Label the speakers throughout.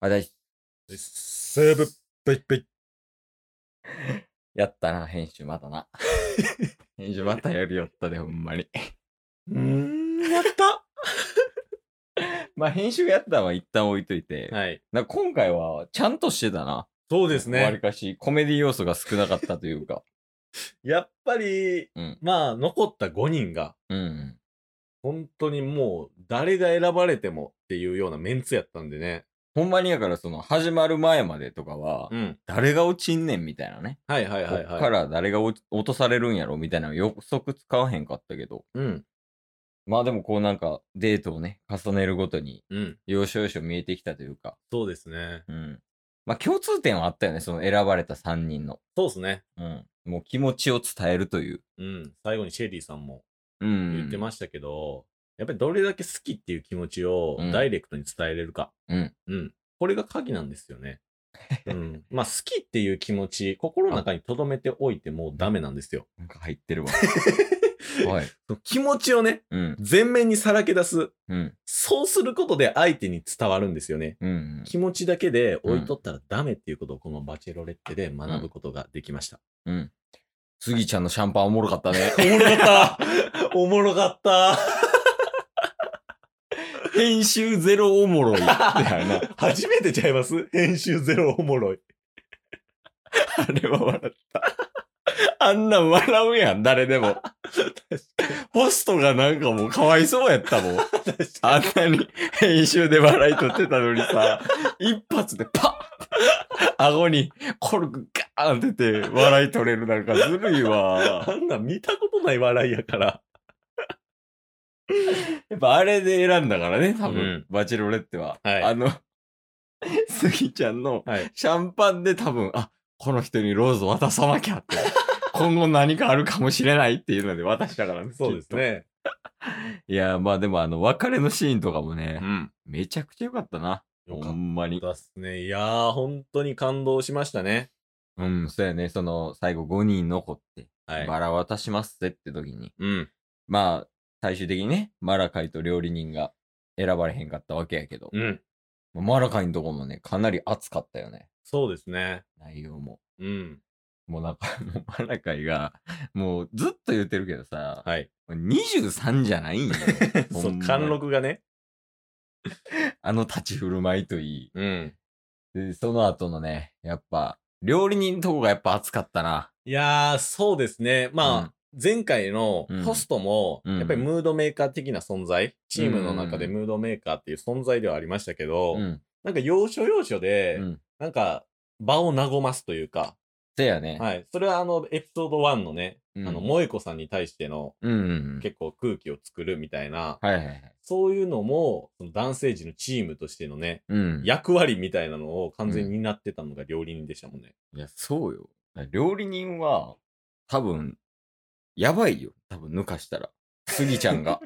Speaker 1: 私、
Speaker 2: セーブ、ペイペイ。
Speaker 1: やったな、編集またな。編集またやるよったで、ほんまに。
Speaker 2: うーん、やった
Speaker 1: まあ、編集やったのは一旦置いといて、
Speaker 2: はい。
Speaker 1: なんか今回はちゃんとしてたな。
Speaker 2: そうです
Speaker 1: わり
Speaker 2: ね。
Speaker 1: かし、コメディ要素が少なかったと いうか。
Speaker 2: やっぱり、
Speaker 1: うん
Speaker 2: まあ、残った5人が、
Speaker 1: うん。
Speaker 2: 本当にもう、誰が選ばれてもっていうようなメンツやったんでね。
Speaker 1: ほんまにやから、その、始まる前までとかは、
Speaker 2: ん。
Speaker 1: 誰が落ちんねんみたいなね。
Speaker 2: はいはいはい
Speaker 1: こ
Speaker 2: は
Speaker 1: っ
Speaker 2: い。
Speaker 1: から誰が落ち落とされるんやろみたいなの予測使わへんかったけど。
Speaker 2: うん。
Speaker 1: まあでもこうなんかデートをね、重ねるごとに、
Speaker 2: うん。
Speaker 1: 要所要所見えてきたというか。
Speaker 2: そうですね。
Speaker 1: うん。まあ共通点はあったよね、その選ばれた3人の。
Speaker 2: そうですね。
Speaker 1: うん。もう気持ちを伝えるという。
Speaker 2: うん。最後にシェリーさんも
Speaker 1: うん。
Speaker 2: 言ってましたけど、やっぱりどれだけ好きっていう気持ちを
Speaker 1: うん
Speaker 2: ダイレクトに伝えれるか。
Speaker 1: うん。
Speaker 2: うん。これが鍵なんですよね。うん。まあ、好きっていう気持ち、心の中に留めておいてもダメなんですよ。
Speaker 1: なんか入ってるわ。はい。
Speaker 2: その気持ちをね、
Speaker 1: うん。
Speaker 2: 全面にさらけ出す。
Speaker 1: うん。
Speaker 2: そうすることで相手に伝わるんですよね。
Speaker 1: うん。
Speaker 2: 気持ちだけで置いとったらダメっていうことをこのバチェロレッテで学ぶことができました。
Speaker 1: うん。スギちゃんのシャンパ ンおもろかったね。
Speaker 2: おもろかったおもろかった
Speaker 1: 編集ゼロおも ろい。あれな。
Speaker 2: 初めてちゃいます 編集ゼロおもろい。
Speaker 1: あれは笑った。あんなん笑うやん、誰でも。ホストがなんかもうかわいそうやったもん。あんなに編集で笑い取ってたのにさ、一発でパッ顎にコルクガーンってて笑い取れるなんかずるいわ
Speaker 2: あ。んな見たことない笑いやから。
Speaker 1: やっぱあれで選んだからね、多分、
Speaker 2: うん
Speaker 1: バチェロレッテは。
Speaker 2: はい
Speaker 1: あの、 スギちゃんの
Speaker 2: はい。
Speaker 1: シャンパンで多分、あ、この人にローズ渡さなきゃ って。今後何かあるかもしれないっていうので渡したからね。
Speaker 2: そうですね。
Speaker 1: きっと。いや、まあでもあの、別れのシーンとかもね、
Speaker 2: ん。
Speaker 1: めちゃくちゃ良かったな。
Speaker 2: よ
Speaker 1: ほ
Speaker 2: かっ
Speaker 1: んまに。
Speaker 2: たっすね。いやー、本当に感動しましたね。
Speaker 1: うん、そうやね。その、最後5人残って、
Speaker 2: はい。
Speaker 1: バラ渡しますぜって時に。
Speaker 2: うん。
Speaker 1: まあ、最終的にね、マラカイと料理人が選ばれへんかったわけやけど、
Speaker 2: うん。
Speaker 1: マラカイのとこもね、かなり熱かったよね。
Speaker 2: そうですね。
Speaker 1: 内容も。
Speaker 2: うん。
Speaker 1: もうなんか、 もうマラカイが、もうずっと言ってるけどさ、
Speaker 2: はい。。
Speaker 1: 23じゃないんよ ほ
Speaker 2: そ
Speaker 1: ん
Speaker 2: う、
Speaker 1: ま
Speaker 2: 貫禄がね。
Speaker 1: あの立ち振る舞いとい
Speaker 2: うん。
Speaker 1: い。で、その後のね、やっぱ、料理人のとこがやっぱ熱かったな。
Speaker 2: いやー、そうですね。まあ、
Speaker 1: うん
Speaker 2: 前回の
Speaker 1: うん
Speaker 2: ホストも、
Speaker 1: うん
Speaker 2: やっぱりムードメーカー的な存在、チームの中でムードメーカーっていう存在ではありましたけど、
Speaker 1: うん。
Speaker 2: なんか要所要所で、
Speaker 1: うん。
Speaker 2: なんか場を和ますというか、
Speaker 1: せやね。
Speaker 2: はい。それはあの、エピソード1のね、
Speaker 1: うん
Speaker 2: あの、萌子さんに対しての
Speaker 1: うんうんうん。
Speaker 2: 結構空気を作るみたいな、
Speaker 1: はいはいはい。
Speaker 2: そういうのも、その男性陣のチームとしてのね、
Speaker 1: うん。いや、
Speaker 2: 役割みたいなのを完全に担ってたのが料理人でしたもんね。
Speaker 1: そうよ。料理人は、多分、やばいよ。多分、抜かしたら。スギちゃんが。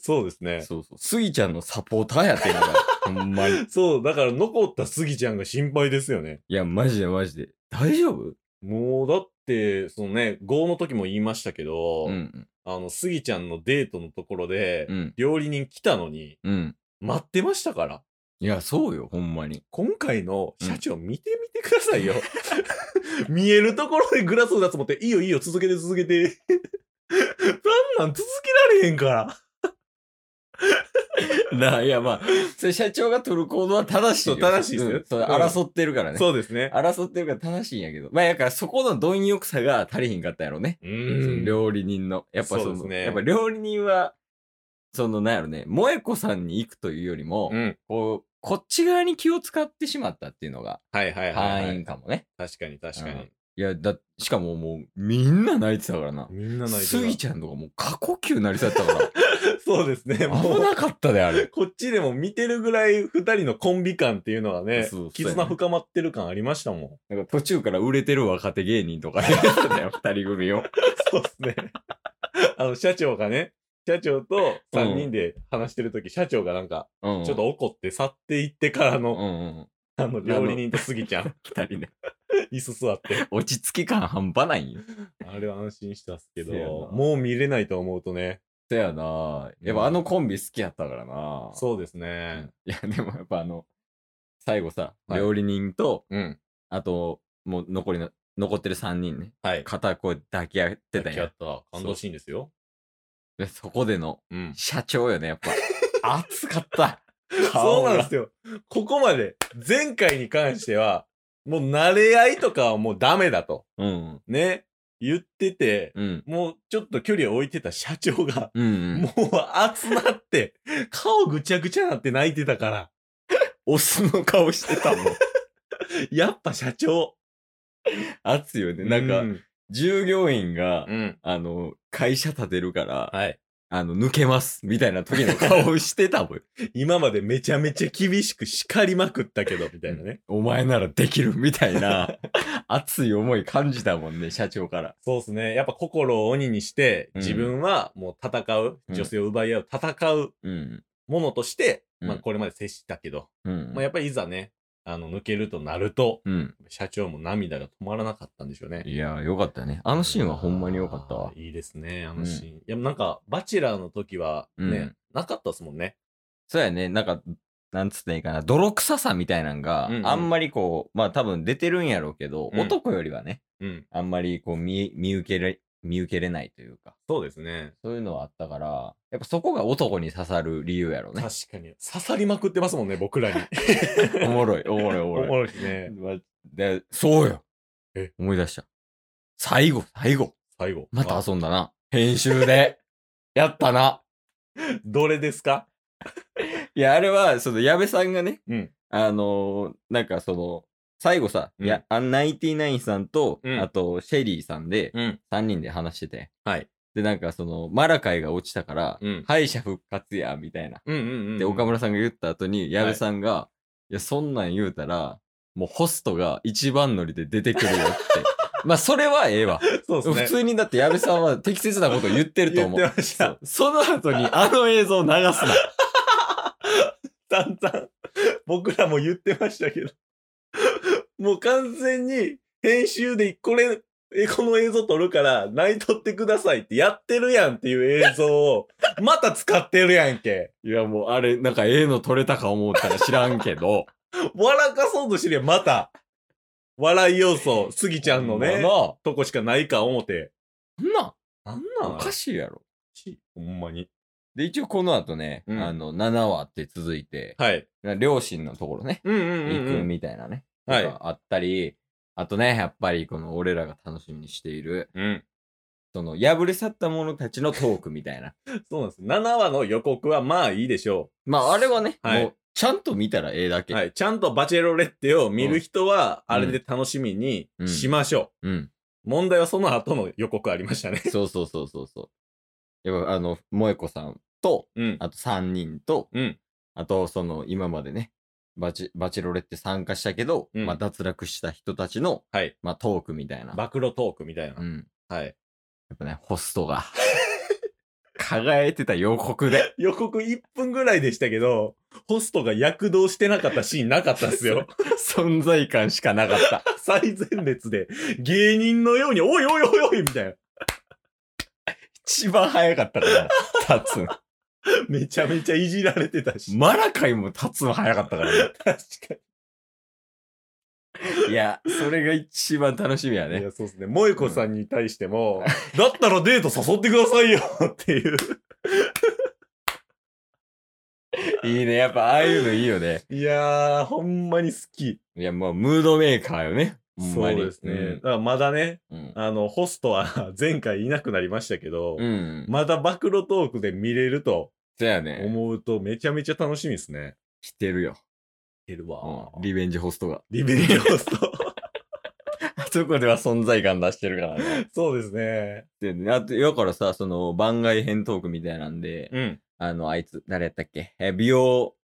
Speaker 2: そうですね。
Speaker 1: そうそう。スギちゃんのサポーターやってん から。ほんまに。
Speaker 2: そう、だから残ったスギちゃんが心配ですよね。
Speaker 1: いや、マジでマジで。大丈夫
Speaker 2: もうだって、そのね、5の時も言いましたけど、
Speaker 1: うん。
Speaker 2: あの、スギちゃんのデートのところで、
Speaker 1: うん。
Speaker 2: 料理人来たのに、
Speaker 1: うん。
Speaker 2: 待ってましたから。
Speaker 1: いや、そうよ。ほんまに。
Speaker 2: 今回の社長見てみてくださいよ。 見えるところでグラスを出す持って、いいよいいよ、続けて続けて。 なんなん続けられへんから。
Speaker 1: なあ、いや、まあ、それ社長が取る行動は正しいよ。
Speaker 2: そう正しいですよ
Speaker 1: うんそれ
Speaker 2: うん
Speaker 1: 争ってるからね。
Speaker 2: そうですね。
Speaker 1: 争ってるから正しいんやけど。まあ、やからそこの貪欲さが足りひんかったやろね。
Speaker 2: う
Speaker 1: その
Speaker 2: ん。
Speaker 1: 料理人の。やっぱそ
Speaker 2: そう
Speaker 1: の、
Speaker 2: ですね
Speaker 1: やっぱ料理人は、その、なんやろね、萌子さんに行くというよりも、
Speaker 2: うん。
Speaker 1: こう、こっち側に気を使ってしまったっていうのが、
Speaker 2: はいはいはい、は
Speaker 1: 敗
Speaker 2: い
Speaker 1: 因。かもね。
Speaker 2: 確かに確かに。
Speaker 1: いや、だ、しかももう、みんな泣いてたからな。
Speaker 2: みんな泣いて
Speaker 1: ス
Speaker 2: る
Speaker 1: ギちゃんとかもう過呼吸なりそうやったか
Speaker 2: そうですね。
Speaker 1: ら、
Speaker 2: も
Speaker 1: 危
Speaker 2: う、
Speaker 1: なかったで、あれ。
Speaker 2: こっちでも見てるぐらい二人のコンビ感っていうのはね
Speaker 1: そうそう、
Speaker 2: 絆深まってる感ありましたもん。
Speaker 1: なんか途中から売れてる若手芸人 とかやってたよ、二人組を。
Speaker 2: そうですね。 あの、社長がね、社長と3人で話してるとき、社長がなんか、
Speaker 1: うん
Speaker 2: ちょっと怒って去っていってから
Speaker 1: うん
Speaker 2: の、
Speaker 1: うん。
Speaker 2: あの、料理人とスギち ゃん、
Speaker 1: 二人ね。
Speaker 2: 椅子座って。
Speaker 1: 落ち着き感半端ないんよ。
Speaker 2: あれは安心したっすけど
Speaker 1: せやな、
Speaker 2: もう見れないと思うとね。
Speaker 1: そやなやっぱあのコンビ好きやったからな
Speaker 2: そうですね。
Speaker 1: いや、でもやっぱあの、最後さ、
Speaker 2: はい
Speaker 1: 料理人と、
Speaker 2: うん。
Speaker 1: あと、もう残りの、残ってる3人ね、
Speaker 2: はい。
Speaker 1: 肩こう抱き合ってた
Speaker 2: 抱き合
Speaker 1: よ
Speaker 2: っ。た感動シーンですよ。
Speaker 1: で、そこでの、
Speaker 2: うん。
Speaker 1: 社長よね、やっぱ。熱かった。
Speaker 2: そ
Speaker 1: 顔
Speaker 2: う
Speaker 1: が
Speaker 2: なんですよ。ここまで、前回に関しては、もう慣れ合いとかはもうダメだと。
Speaker 1: うん。
Speaker 2: ね。言ってて、
Speaker 1: うん。
Speaker 2: もうちょっと距離を置いてた社長が、
Speaker 1: うん、うん。
Speaker 2: もう熱なって、顔ぐちゃぐちゃなって泣いてたから、
Speaker 1: オスの顔してたもん。
Speaker 2: やっぱ社長。
Speaker 1: 熱いよね。なんか、
Speaker 2: うん。
Speaker 1: 従業員が
Speaker 2: う、ん
Speaker 1: あの、会社建てるから、
Speaker 2: はい。
Speaker 1: あの、抜けます、みたいな時の顔してたもん。
Speaker 2: 今までめちゃめちゃ厳しく叱りまくったけど、みたいなね。
Speaker 1: お前ならできる、みたいな、 熱い思い感じたもんね、社長から。
Speaker 2: そうですね。やっぱ心を鬼にして、
Speaker 1: うん
Speaker 2: 自分はもう戦う、
Speaker 1: うん
Speaker 2: 女性を奪い合う、戦う
Speaker 1: うん。
Speaker 2: ものとして、
Speaker 1: うん
Speaker 2: まあこれまで接したけど、
Speaker 1: うん。
Speaker 2: まあやっぱりいざね、あの、抜けるとなると、
Speaker 1: うん。
Speaker 2: 社長も涙が止まらなかったんでしょうね。
Speaker 1: いやー、よかったね。あ
Speaker 2: あ
Speaker 1: のシーンはほんまによかったわ
Speaker 2: ー。いいですね、あのシーン。いや、なんか、バチェラーの時はね、
Speaker 1: うん
Speaker 2: なかったですもんね。
Speaker 1: そうやね、なんか、なんつっていいかな、泥臭さみたいなんが、
Speaker 2: うんうん
Speaker 1: あんまりこう、まあ多分出てるんやろうけど、
Speaker 2: うん
Speaker 1: 男よりはね、
Speaker 2: うん。
Speaker 1: あんまりこう見え、見受けれ、見受けれないというか、
Speaker 2: そうですね。
Speaker 1: そういうのはあったから、やっぱそこが男に刺さる理由やろうね
Speaker 2: 確。かに。刺さりまくってますもんね、僕らに。
Speaker 1: おもろい、おも ろい、お
Speaker 2: お
Speaker 1: も
Speaker 2: も
Speaker 1: ろい。
Speaker 2: ろいですね。
Speaker 1: まで、そうよ
Speaker 2: え。
Speaker 1: 思い出した。最後、最後。
Speaker 2: 最後。
Speaker 1: また
Speaker 2: あ
Speaker 1: 遊んだな。編集で。やったな。
Speaker 2: どれですか
Speaker 1: いや、あれは、その、矢部さんがね、
Speaker 2: うん
Speaker 1: あのーなんかその、最後さ、
Speaker 2: うん
Speaker 1: いや、あナインティナインさんと、
Speaker 2: うん
Speaker 1: あと、シェリーさんで、
Speaker 2: うん。
Speaker 1: 3人で話してて。
Speaker 2: はい。
Speaker 1: で、なんかその、マラカイが落ちたから、
Speaker 2: うん
Speaker 1: 敗者復活や、みたいな。
Speaker 2: うんうんうん。
Speaker 1: で、岡村さんが言った後に、矢部さんが、い、や、そんなん言うたら、もうホストが一番乗りで出てくるよって。 まあ、それはええわ。
Speaker 2: そうですね。
Speaker 1: 普通にだって矢部さんは適切なことを言ってると思う。
Speaker 2: 言ってました。
Speaker 1: その後にあの映像を流 すな。
Speaker 2: だんだん、僕らも言ってましたけど、もう完全に編集でこれ、えこの映像撮るから、何撮ってくださいってやってるやんっていう映像を、また使ってるやんけ。
Speaker 1: いや、もうあれ、なんかええの撮れたか思ったら知らんけど。
Speaker 2: 笑かそうとしてるやん、また。笑い要素、スギちゃんのね、
Speaker 1: ほ
Speaker 2: とこしかないか思って。
Speaker 1: んまな。
Speaker 2: なん
Speaker 1: そ
Speaker 2: なん
Speaker 1: なんおかしいやろ。
Speaker 2: しい。ほんまに。
Speaker 1: で、一応この後ね、
Speaker 2: うん
Speaker 1: あの、7話って続いて、
Speaker 2: はい。
Speaker 1: 両親のところね、
Speaker 2: うんうん
Speaker 1: 行くみたいなね、
Speaker 2: はい
Speaker 1: とかあったり、あとね、やっぱりこの俺らが楽しみにしている、
Speaker 2: うん。
Speaker 1: その破れ去った者たちのトークみたい な。
Speaker 2: そうなんです。7話の予告はまあいいでしょう。
Speaker 1: まあ、あれはね、
Speaker 2: はい
Speaker 1: もう、ちゃんと見たらええだけ。
Speaker 2: はい。ちゃんとバチェロレッテを見る人は、
Speaker 1: うん
Speaker 2: あれで楽しみに
Speaker 1: うん
Speaker 2: しましょう。
Speaker 1: うん。
Speaker 2: 問題はその後の予告ありましたね。
Speaker 1: そうそうそうそうそう。やっぱ、あの、萌子さんと、
Speaker 2: うん。
Speaker 1: あと3人と、
Speaker 2: うん。
Speaker 1: あと、その、今までね、バチバチェロレって参加したけど、
Speaker 2: うん
Speaker 1: まあ、脱落した人たちの、
Speaker 2: はい。
Speaker 1: まあ、トークみたいな。
Speaker 2: 暴露トークみたいな。
Speaker 1: うん。
Speaker 2: はい。
Speaker 1: やっぱね、ホストが、 輝いてた予告で。
Speaker 2: 予告1分ぐらいでしたけど、ホストが躍動してなかったシーンなかったっ すよ。
Speaker 1: 存在感しかなかった。
Speaker 2: 最前列で、芸人のように、おいおいおいおいみたいな。
Speaker 1: 一番早かったから、立つの。
Speaker 2: めちゃめちゃいじられてたし。
Speaker 1: マラカイも立つの早かったからね。
Speaker 2: 確か
Speaker 1: いや、それが一番楽しみや
Speaker 2: に。い
Speaker 1: ね。
Speaker 2: や、そうですね。萌子さんに対しても、だったらデート誘ってくださいよっていう。
Speaker 1: いいね。やっぱ、ああいうのいいよね。
Speaker 2: いやー、ほんまに好き。
Speaker 1: いや、もう、ムードメーカーよね。ほん
Speaker 2: そ
Speaker 1: ま
Speaker 2: う
Speaker 1: に
Speaker 2: ですね。だからまだね、
Speaker 1: うん。
Speaker 2: あの、ホストは前回いなくなりましたけど、
Speaker 1: うん。
Speaker 2: まだ暴露トークで見れると
Speaker 1: そやね。
Speaker 2: 思うとめちゃめちゃ楽しみですね。
Speaker 1: 来てるよ。
Speaker 2: いる
Speaker 1: うんリベンジホストが。
Speaker 2: リベンジホスト。
Speaker 1: そこでは存在感出してるからね。
Speaker 2: そうですね。
Speaker 1: でね、あと、だからさ、その、番外編トークみたいなんで、
Speaker 2: うん。
Speaker 1: あの、あいつ、誰やったっけえ、美容、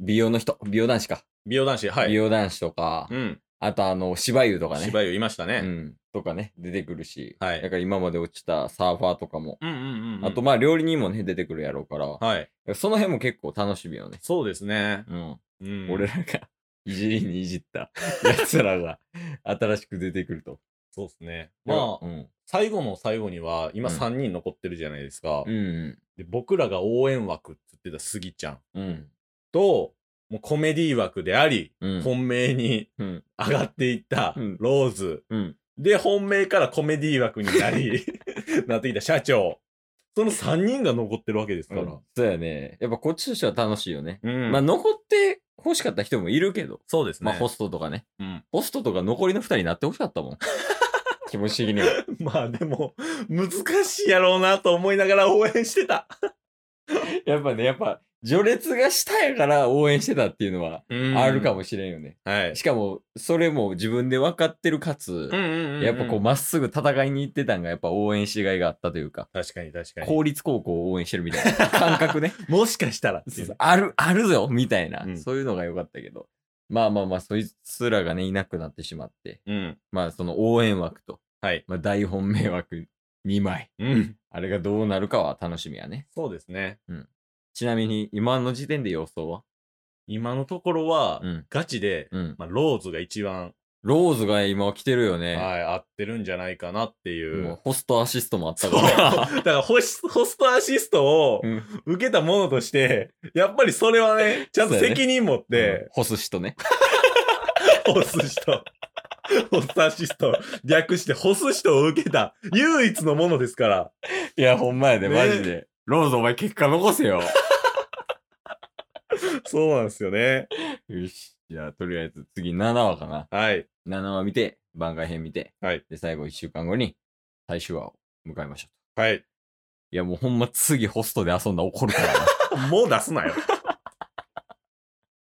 Speaker 1: 美容の人、美容男子か。
Speaker 2: 美容男子、は
Speaker 1: 美
Speaker 2: い。
Speaker 1: 容男子とか、
Speaker 2: うん。
Speaker 1: あとあの、芝居とかね。
Speaker 2: 芝居いました
Speaker 1: う
Speaker 2: ね。
Speaker 1: ん。とかね、出てくるし、
Speaker 2: はい
Speaker 1: だから今まで落ちたサーファーとかも、
Speaker 2: うんうん
Speaker 1: あと、まあ、料理人もね、出てくるやろうから、
Speaker 2: はい。
Speaker 1: その辺も結構楽しみよね。
Speaker 2: そうですね。
Speaker 1: うん。
Speaker 2: うん
Speaker 1: 俺らが、いじりにいじった奴らが、新しく出てくると。
Speaker 2: そうですね。まあ、
Speaker 1: うん。
Speaker 2: 最後の最後には、今
Speaker 1: うん
Speaker 2: 3人残ってるじゃないですか。
Speaker 1: うん。
Speaker 2: で僕らが応援枠って言ってたスギちゃん
Speaker 1: うん。
Speaker 2: と、もうコメディ枠であり、
Speaker 1: うん
Speaker 2: 本命に
Speaker 1: うん。
Speaker 2: 上がっていった
Speaker 1: うん
Speaker 2: ローズ、
Speaker 1: うん。
Speaker 2: で、本命からコメディ枠にな り、なってきた社長。その3人が残ってるわけですから。
Speaker 1: そうやね。やっぱこっちとしては楽しいよね。
Speaker 2: うん
Speaker 1: まあ残って欲しかった人もいるけど、
Speaker 2: そうですね。
Speaker 1: まあホストとかね。
Speaker 2: うん
Speaker 1: ホストとか残りの二人になって欲しかったもん。 気持ち的には。
Speaker 2: まあでも、難しいやろうなと思いながら応援してた。
Speaker 1: やっぱね、やっぱ序列が下やから応援してたっていうのはあるかもしれんよね。
Speaker 2: はい。
Speaker 1: しかも、それも自分で分かってるかつ、やっぱこう、まっすぐ戦いに行ってたんが、やっぱ応援しがいがあったというか、
Speaker 2: 確かに確かに。
Speaker 1: 公立高校を応援してるみたいな感覚 ね。
Speaker 2: もしかしたらって
Speaker 1: そ
Speaker 2: いうう
Speaker 1: そうある、あるぞみたいな、
Speaker 2: うん
Speaker 1: そういうのが良かったけど。まあまあまあ、そいつらがね、いなくなってしまって、
Speaker 2: うん。
Speaker 1: まあその応援枠と、
Speaker 2: はい。
Speaker 1: まあ大本命枠2枚。
Speaker 2: うん。
Speaker 1: あれがどうなるかは楽しみやね。
Speaker 2: そうですね。
Speaker 1: ちなみに、今の時点で予想は
Speaker 2: 今のところは、
Speaker 1: うん
Speaker 2: ガチで、
Speaker 1: うん。
Speaker 2: まあ、ローズが一番、
Speaker 1: ローズが今来てるよね。
Speaker 2: はい、合ってるんじゃないかなっていう。
Speaker 1: もうホストアシストもあった
Speaker 2: そう
Speaker 1: か
Speaker 2: だ
Speaker 1: ら。
Speaker 2: からホス、ホストアシストを
Speaker 1: うん
Speaker 2: 受けたものとして、やっぱりそれはね、ちゃんと責任持っ
Speaker 1: うん
Speaker 2: て、
Speaker 1: ホスシとね。
Speaker 2: ホス人、ホストアシスト、略してホス人を受けた唯一のものですから。
Speaker 1: いや、ほんまやで、
Speaker 2: ね
Speaker 1: マジで。ローズ、お前結果残せよ。
Speaker 2: そうなんですよね。
Speaker 1: よし。じゃあ、とりあえず次7話かな。
Speaker 2: はい。
Speaker 1: 7話見て、番外編見て、
Speaker 2: はい
Speaker 1: で、最後1週間後に最終話を迎えましょう。
Speaker 2: はい。
Speaker 1: いや、もうほんま次ホストで遊んだら怒るからな。
Speaker 2: もう出すなよ。